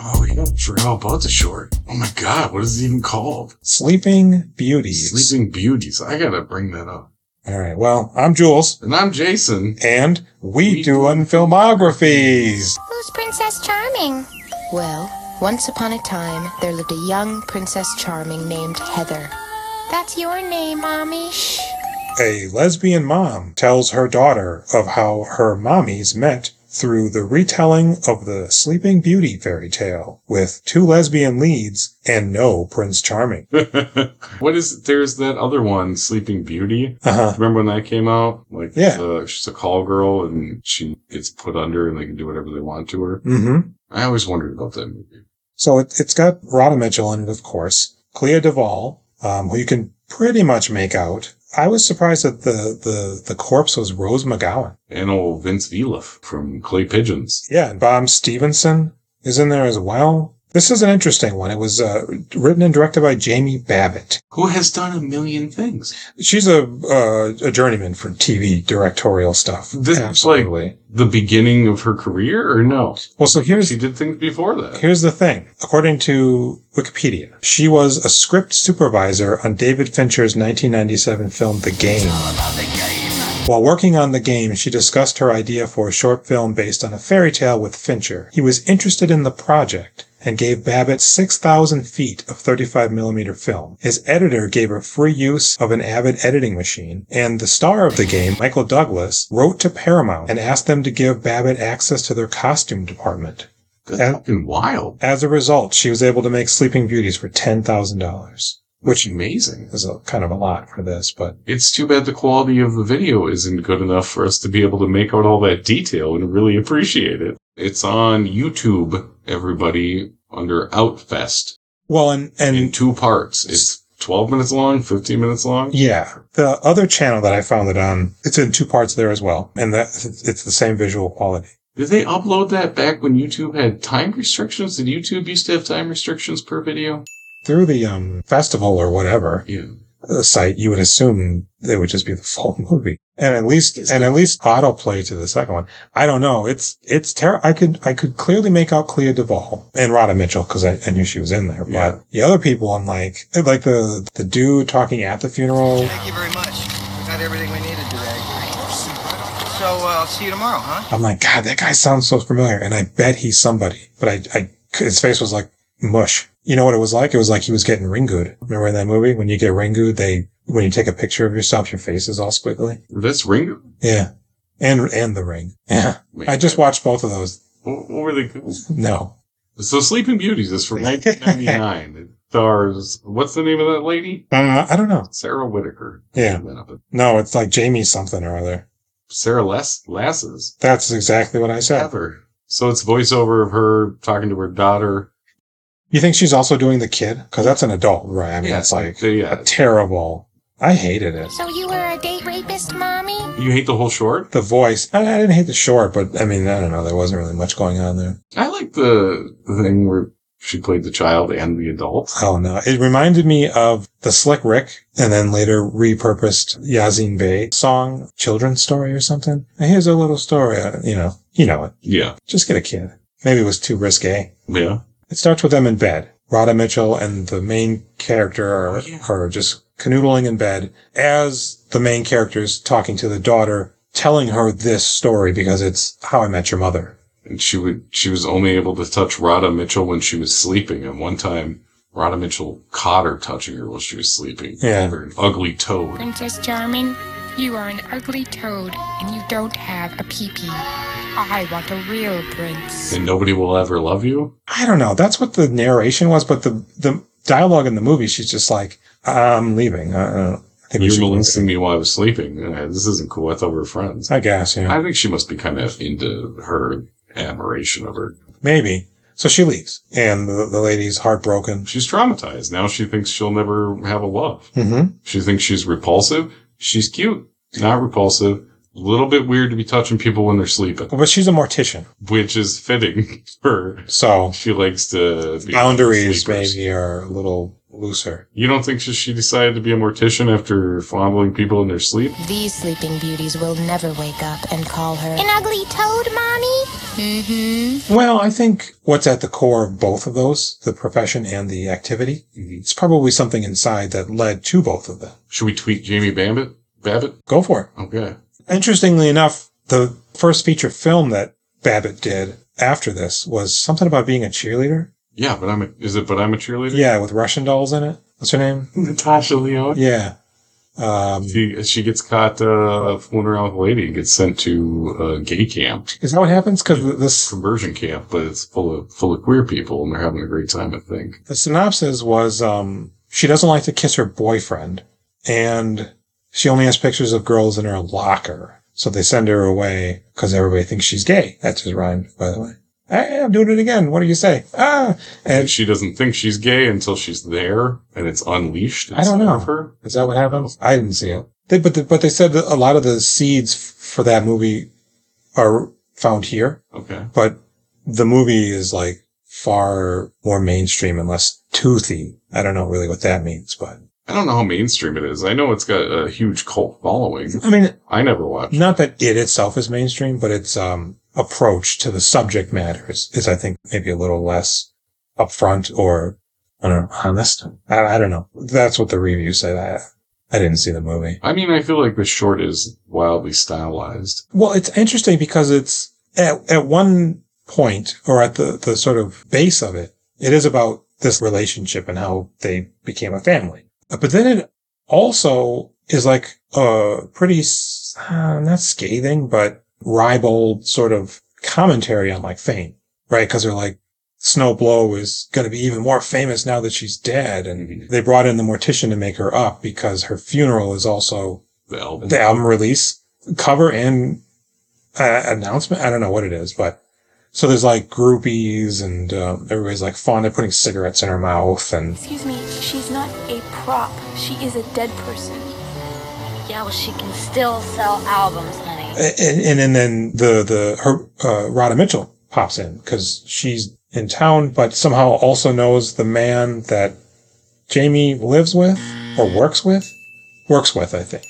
Oh, yeah, Terrell Budd's a short. Oh my god, what is it even called? Sleeping Beauties. Sleeping Beauties. I gotta bring that up. All right. Well, I'm Jules, And I'm Jason. and we, We doing filmographies. Who's Princess Charming? Well, once upon a time, there lived a young Princess Charming named Heather. That's your name, Mommy. Shh. A lesbian mom tells her daughter of how her mommies met through the retelling of the Sleeping Beauty fairy tale with two lesbian leads and no Prince Charming. what is, there's that other one, Sleeping Beauty. Uh huh. Remember when that came out? Like, Yeah. it's a- she's a call girl and she gets put under and they can do whatever they want to her. Mm hmm. I always wondered about that movie. So it, it's got Rhoda Mitchell in it, of course. Clea Duvall, um, who you can pretty much make out. I was surprised that the, the, the corpse was Rose McGowan. And old Vince Veliff from Clay Pigeons. Yeah, and Bob Stevenson is in there as well. This is an interesting one. It was uh, written and directed by Jamie Babbitt. Who has done a million things. She's a uh, a journeyman for TV directorial stuff. This is like- The beginning of her career or no? well, so here's She did things before that. Here's the thing. According to Wikipedia, she was a script supervisor on David Fincher's 1997 film The Game. While working on The Game, she discussed her idea for a short film based on a fairy tale with Fincher. He was interested in the project and gave Babbitt 6,000 feet of 35mm film. His editor gave her free use of an Avid editing machine, and the star of the game, Michael Douglas, wrote to Paramount and asked them to give Babbitt access to their costume department. That's and- fucking wild. As a result, she was able to make Sleeping Beauties for ten thousand dollars, Which amazing. is a, kind of a lot for this, but It's too bad the quality of the video isn't good enough for us to be able to make out all that detail and really appreciate it. It's on YouTube, everybody, under Outfest well, and in and two parts. It's 12 minutes long, 15 minutes long. yeah, the other channel that I found it on, it's in two parts there as well, and that it's the same visual quality. Did they upload that back when YouTube had time restrictions? Did YouTube used to have time restrictions per video? Through the um, festival or whatever Yeah. uh, site, you would assume it would just be the full movie, and at least Is and at least autoplay to the second one. I don't know. It's it's terrible. I could I could clearly make out Clea Duvall and Rhoda Mitchell because I, I knew she was in there, but Yeah. the other people, I'm like like the the dude talking at the funeral. Thank you very much. We got everything we needed today. So uh, I'll see you tomorrow, huh? I'm like, God, that guy sounds so familiar, and I bet he's somebody. But I, I his face was like mush. You know what it was like? It was like he was getting ringued. Remember in that movie when you get ringued, they when you take a picture of yourself, your face is all squiggly. That's Ringo. Yeah, and and the ring. Yeah, Man, I just watched both of those. What, what were they called? No, So Sleeping Beauties is from 1999. It stars, what's the name of that lady? uh, I don't know. Sarah Whitaker. Yeah, no, it's like Jamie something or other. Sarah Lass- Lasses. That's exactly what I said. Heather. So it's voiceover of her talking to her daughter. You think she's also doing the kid? Because that's an adult, right? I mean, Yeah, it's like they- yeah. a terrible. I hated it. So you were a date rapist, Mommy? You hate the whole short? the voice. I, I didn't hate the short, but I mean, I don't know. There wasn't really much going on there. I like the the thing where she played the child and the adult. I don't know. It reminded me of the Slick Rick and then later repurposed Yazin Bey song, Children's Story or something. And here's a little story. uh, You know, you know it. Yeah. Just get a kid. Maybe it was too risque. Yeah. It starts with them in bed. Rhoda Mitchell and the main character are, Oh, yeah. are just canoodling in bed as the main character is talking to the daughter, telling her this story because it's how I met your mother. And she would she was only able to touch Rhoda Mitchell when she was sleeping. And one time Rhoda Mitchell caught her touching her while she was sleeping. Yeah. Her ugly toad. Princess Charming, you are an ugly toad and you don't have a pee-pee. I want a real prince. And nobody will ever love you. I don't know. That's what the narration was, but the the dialogue in the movie, she's just like, "I'm leaving." I, I think we You should were leave. molesting me while I was sleeping. Uh, This isn't cool. I thought we were friends. I guess, you know, I think she must be kind of into her admiration of her. maybe. So she leaves, and the, the lady's heartbroken. She's traumatized. Now she thinks she'll never have a love. Mm-hmm. She thinks she's repulsive. She's cute, not repulsive. A little bit weird to be touching people when they're sleeping, But she's a mortician, which is fitting for so she likes to be boundaries sleepers. maybe are a little looser. You don't think she, she decided to be a mortician after fondling people in their sleep? These sleeping beauties will never wake up and call her. An ugly toad, Mommy? Well, I think what's at the core of both of those, the profession and the activity, it's probably something inside that led to both of them. Should we tweet Jamie Babbitt? Babbitt? Go for it. Okay. Interestingly enough, the first feature film that Babbitt did after this was something about being a cheerleader. Yeah, but I'm a, is it? But I'm a cheerleader. Yeah, with Russian dolls in it. What's her name? Natasha Leon. Yeah. Um, She she gets caught uh, fooling around with a lady and gets sent to a gay camp, is that what happens? Because this conversion camp, but it's full of full of queer people and they're having a great time. I think. the synopsis was um, she doesn't like to kiss her boyfriend, and she only has pictures of girls in her locker. So they send her away because everybody thinks she's gay. That's his rhyme, by the way. Hey, I'm doing it again. What do you say? Ah, And and she doesn't think she's gay until she's there and it's unleashed. I don't inside know. of Her. Is that what happens? I didn't see it. They, but the, but they said that a lot of the seeds f- for that movie are found here, Okay. but the movie is like far more mainstream and less toothy. I don't know really what that means, but I don't know how mainstream it is. I know it's got a huge cult following. I mean, I never watched. not that it itself is mainstream, but its um, approach to the subject matter is, is I think maybe a little less upfront or I don't know, honest. I, I don't know. That's what the review said. I, I didn't see the movie. I mean, I feel like the short is wildly stylized. Well, it's interesting because it's at, at one point or at the, the sort of base of it, it is about this relationship and how they became a family. Uh, But then it also is like a pretty, s- uh, not scathing, but ribald sort of commentary on like fame, right? Cause they're like, Snow Blow is going to be even more famous now that she's dead. And they brought in the mortician to make her up because her funeral is also The album. the album release cover and uh, announcement. I don't know what it is, but so there's like groupies and um, everybody's like fun. They're putting cigarettes in her mouth and Excuse me, she's not a prop. She is a dead person. Yeah, well, she can still sell albums, honey. and and, and then the the her uh, Rhoda Mitchell pops in because she's in town, but somehow also knows the man that Jamie lives with or works with, works with. I think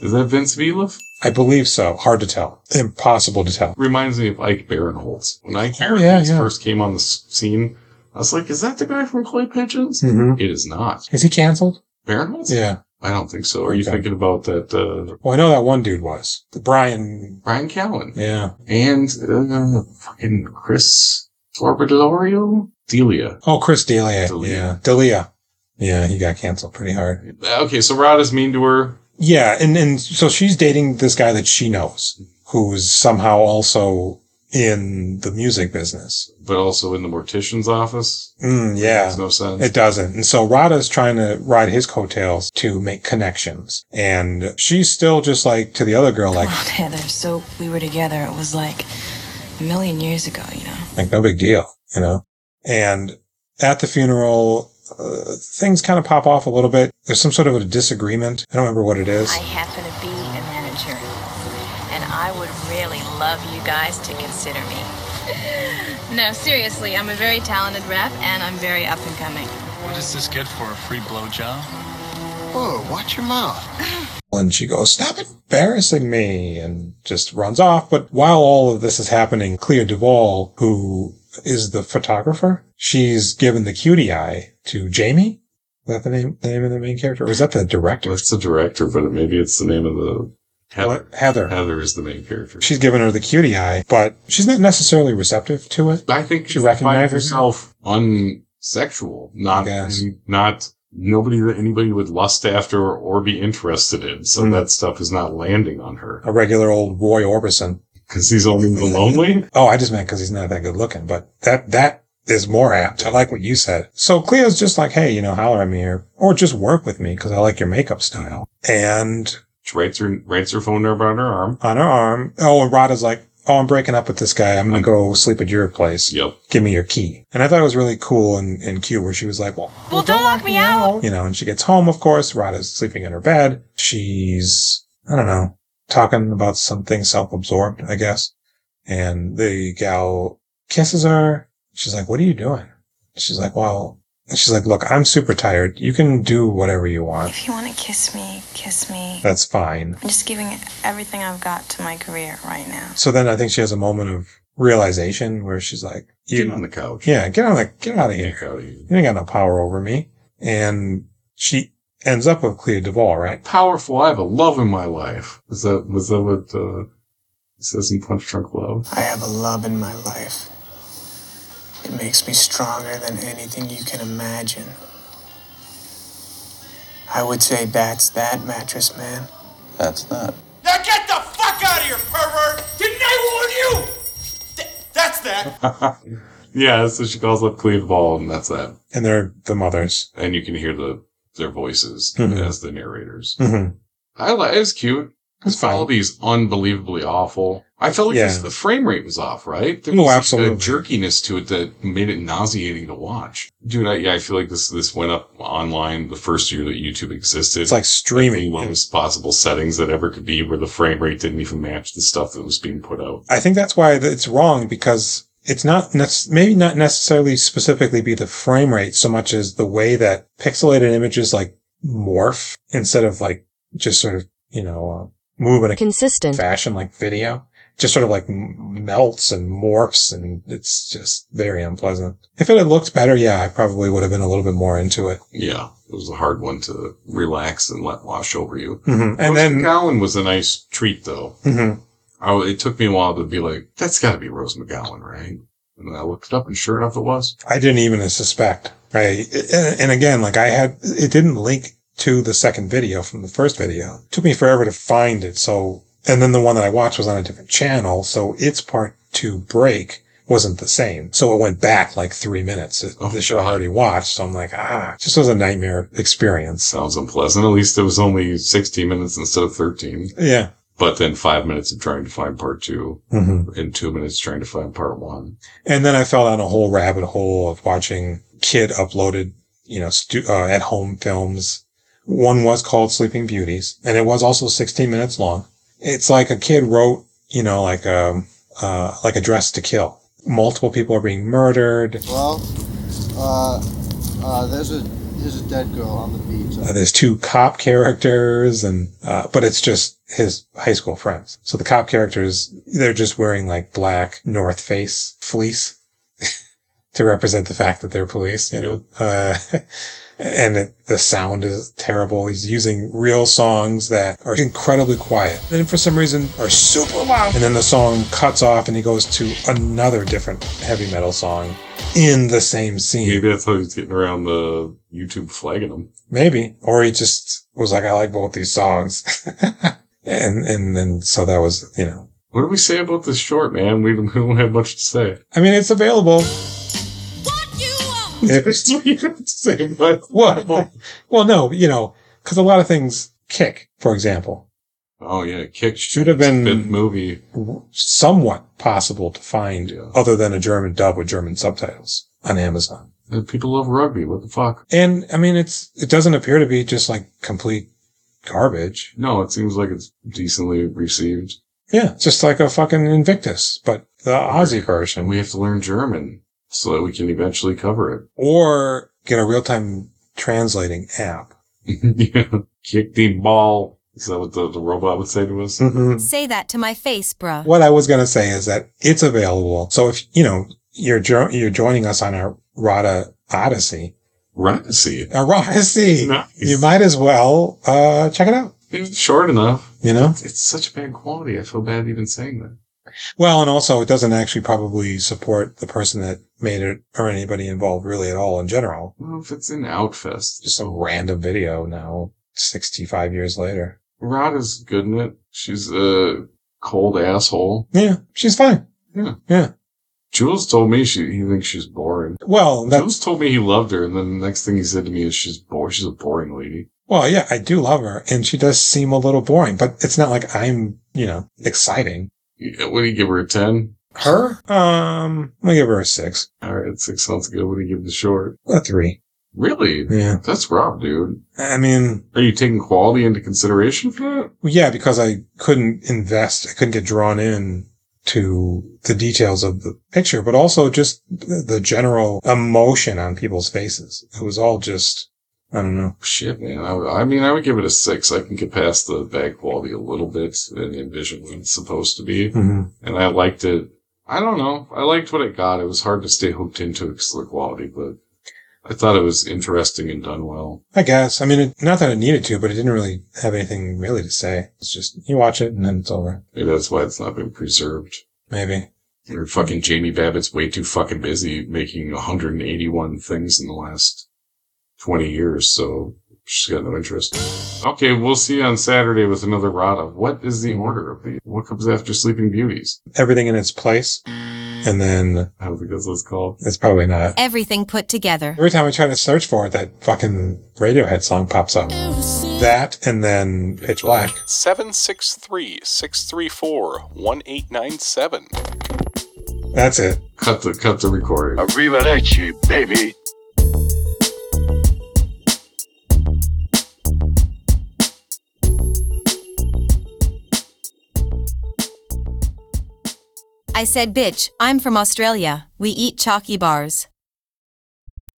Is that Vince Vila? I believe so. Hard to tell. Impossible to tell. Reminds me of Ike Barinholtz. When Ike Barinholtz yeah, yeah. first came on the s- scene, I was like, is that the guy from Clay Pigeons? Mhm. It is not. Is he canceled? Barinholtz? Yeah. I don't think so. Are you Okay. thinking about that uh, Well, I know that one dude was the Brian. Brian Callen? Yeah. And uh, fucking Chris Torbidorio? Delia. Oh, Chris D'Elia. D'Elia. Yeah. D'Elia. Yeah, he got canceled pretty hard. Okay, so Rod is mean to her. Yeah, and, and so she's dating this guy that she knows, who's somehow also in the music business. But also in the mortician's office, Mm, yeah. makes no sense. It doesn't. And so Rada's trying to ride his coattails to make connections. And she's still just like to the other girl, like, Well, Heather, so we were together. It was like a million years ago, you know. like no big deal, you know? And at the funeral, uh, things kind of pop off a little bit. There's some sort of a disagreement. I don't remember what it is. I happen to be a manager, and I would really love you guys to consider me. No, seriously, I'm a very talented rep, and I'm very up and coming. What is this good for? A free blowjob? Whoa, watch your mouth. And she goes, Stop embarrassing me, and just runs off. But while all of this is happening, Clea Duvall, who is the photographer, she's given the cutie eye to Jamie. Is that the name, the name of the main character? Or is that the director? That's the director, but maybe it's the name of the Heather. What? Heather. Heather is the main character. She's given her the cutie eye, but she's not necessarily receptive to it. I think She she recognizes recognized herself unsexual, not Yes. not nobody that anybody would lust after or, be interested in. So Mm. that stuff is not landing on her A regular old Roy Orbison. because he's only the lonely. Oh, I just meant because he's not that good looking, but that, that is more apt. I like what you said. So Cleo's just like, hey, you know, holler at me here or just work with me because I like your makeup style. And She writes her writes her phone number on her arm. on her arm, oh, and Rada's like, oh, I'm breaking up with this guy. I'm going to go sleep at your place. Yep. Give me your key. And I thought it was really cool and, and cute where she was like, well, Well, don't lock me out. you know, and she gets home, of course. Rada's sleeping in her bed. She's, I don't know, talking about something self-absorbed, I guess. And the gal kisses her. She's like, what are you doing? She's like, well, she's like, look, I'm super tired. You can do whatever you want. If you want to kiss me, kiss me. That's fine. I'm just giving everything I've got to my career right now. So then I think she has a moment of realization where she's like, Get on the couch. yeah, get on the, get out of here. Get out of here. You ain't got no power over me. And she ends up with Clea Duvall, right? Powerful. I have a love in my life. Is that was that what uh, it says in Punch Drunk Love? I have a love in my life. It makes me stronger than anything you can imagine. I would say that's that, mattress man. That's that. Now get the fuck out of here, pervert! Didn't I warn you? Th- that's that. Yeah, so she calls up Clea Duvall, and that's that. And they're the mothers. And you can hear the their voices Mhm. as the narrators. hmm I li- it was cute. It's fine. Quality's unbelievably awful. I felt like Yeah. this, the frame rate was off, right? There Oh, was like, absolutely. a jerkiness to it that made it nauseating to watch. Dude, I, yeah, I feel like this this went up online the first year that YouTube existed. It's like the streaming. lowest possible settings that ever could be, where the frame rate didn't even match the stuff that was being put out. I think that's why th- it's wrong because it's not nec- maybe not necessarily specifically be the frame rate so much as the way that pixelated images like morph instead of like just sort of you know uh, move in a Consistent. fashion like video just sort of like m- melts and morphs and it's just very unpleasant. If it had looked better, yeah, I probably would have been a little bit more into it. Yeah, it was a hard one to relax and let wash over you. Mhm. And Rosie then- Gowan was a nice treat, though. Mm-hmm. I, it took me a while to be like, that's got to be Rose McGowan, right? And I looked it up, and sure enough, it was. I didn't even suspect. Right. And, and again, like I had, it didn't link to the second video from the first video. It took me forever to find it. So, and then the one that I watched was on a different channel. So its part two break wasn't the same. So it went back like three minutes. It, the show I already watched. So I'm like, ah, it just was a nightmare experience. Sounds unpleasant. At least it was only 16 minutes instead of 13. Yeah. But then five minutes of trying to find part 2 Mm-hmm. and two minutes trying to find part one. And then I fell down a whole rabbit hole of watching kid uploaded, you know, stu- uh, at home films. One was called Sleeping Beauties and it was also 16 minutes long. It's like a kid wrote, you know, like a, uh, like a dress to kill. Multiple people are being murdered. Well, uh, uh, there's a there's a dead girl on the beach. Uh, there's two cop characters and, uh, but it's just his high school friends. So the cop characters, they're just wearing like black North Face fleece to represent the fact that they're police, you know, uh, and it, the sound is terrible. He's using real songs that are incredibly quiet. Then for some reason are super loud. And then the song cuts off and he goes to another different heavy metal song in the same scene. Maybe that's how he's getting around the YouTube flagging him. Maybe. Or he just was like, I like both these songs. and, and then, so that was, you know, What do we say about this short, man? We don't we don't have much to say. I mean, it's available. If- What? Well, no, you know, cause a lot of things kick, for example, Oh, yeah. Kick should have been Good movie. somewhat possible to find other than a German dub with German subtitles on Amazon. Uh, People love rugby. What the fuck? And I mean, it's, it doesn't appear to be just like complete garbage. No, it seems like it's decently received. Yeah. it's Just like a fucking Invictus, but the Aussie version. And we have to learn German so that we can eventually cover it. or get a real time translating app. yeah. Kick the ball. Is that what the, the robot would say to us? Hmm. Say that to my face, bruh. Mm-hmm. What I was going to say is that it's available. So if, you know, you're, jo- you're joining us on our Rada Odyssey, Right. See it. our Odyssey, you might as well, uh, check it out, It's short enough. you know? It's such bad quality. I feel bad even saying that. Well, and also it doesn't actually probably support the person that made it or anybody involved really at all in general. Well, if it's in Outfest, Just some random video now, 65 years later. Rod is good in it. She's a cold asshole. Yeah, she's fine. Yeah. Yeah. Jules told me she he thinks she's boring. Well, that's, Jules told me he loved her, and then the next thing he said to me is she's bored. She's a boring lady. Well, yeah, I do love her, and she does seem a little boring, but it's not like I'm, you know, exciting. Yeah, What do you give her a ten? Her? Um, I'm gonna give her a six, All right, six sounds good. What do you give the short? a three. Really? Yeah. That's rough, dude. I mean, Are you taking quality into consideration for that? Well, yeah, because I couldn't invest, I couldn't get drawn in to the details of the picture, but also just the the general emotion on people's faces. It was all just, I don't know. Shit, man. I, would- I mean, I would give it a six. I can get past the bad quality a little bit and envision what it's supposed to be. Mhm. And I liked it. I don't know. I liked what it got. It was hard to stay hooked into because of the quality, but I thought it was interesting and done well. I guess. I mean, it, not that I needed to, but it didn't really have anything really to say. It's just, you watch it and then it's over. Maybe that's why it's not been preserved. Maybe. Or fucking Jamie Babbitt's way too fucking busy making 181 things in the last 20 years, so she's got no interest. Okay, we'll see you on Saturday with another Rada. What is the order of the? What comes after Sleeping Beauties? Everything in its place. And then I don't think that's what it's called. it's probably not. Everything put together. Every time I try to search for it, that fucking Radiohead song pops up. That and then Pitch Black. 763 634 1897. That's it. Cut the cut the recording. Arrivederci, baby. I said, bitch, I'm from Australia. We eat chalky bars.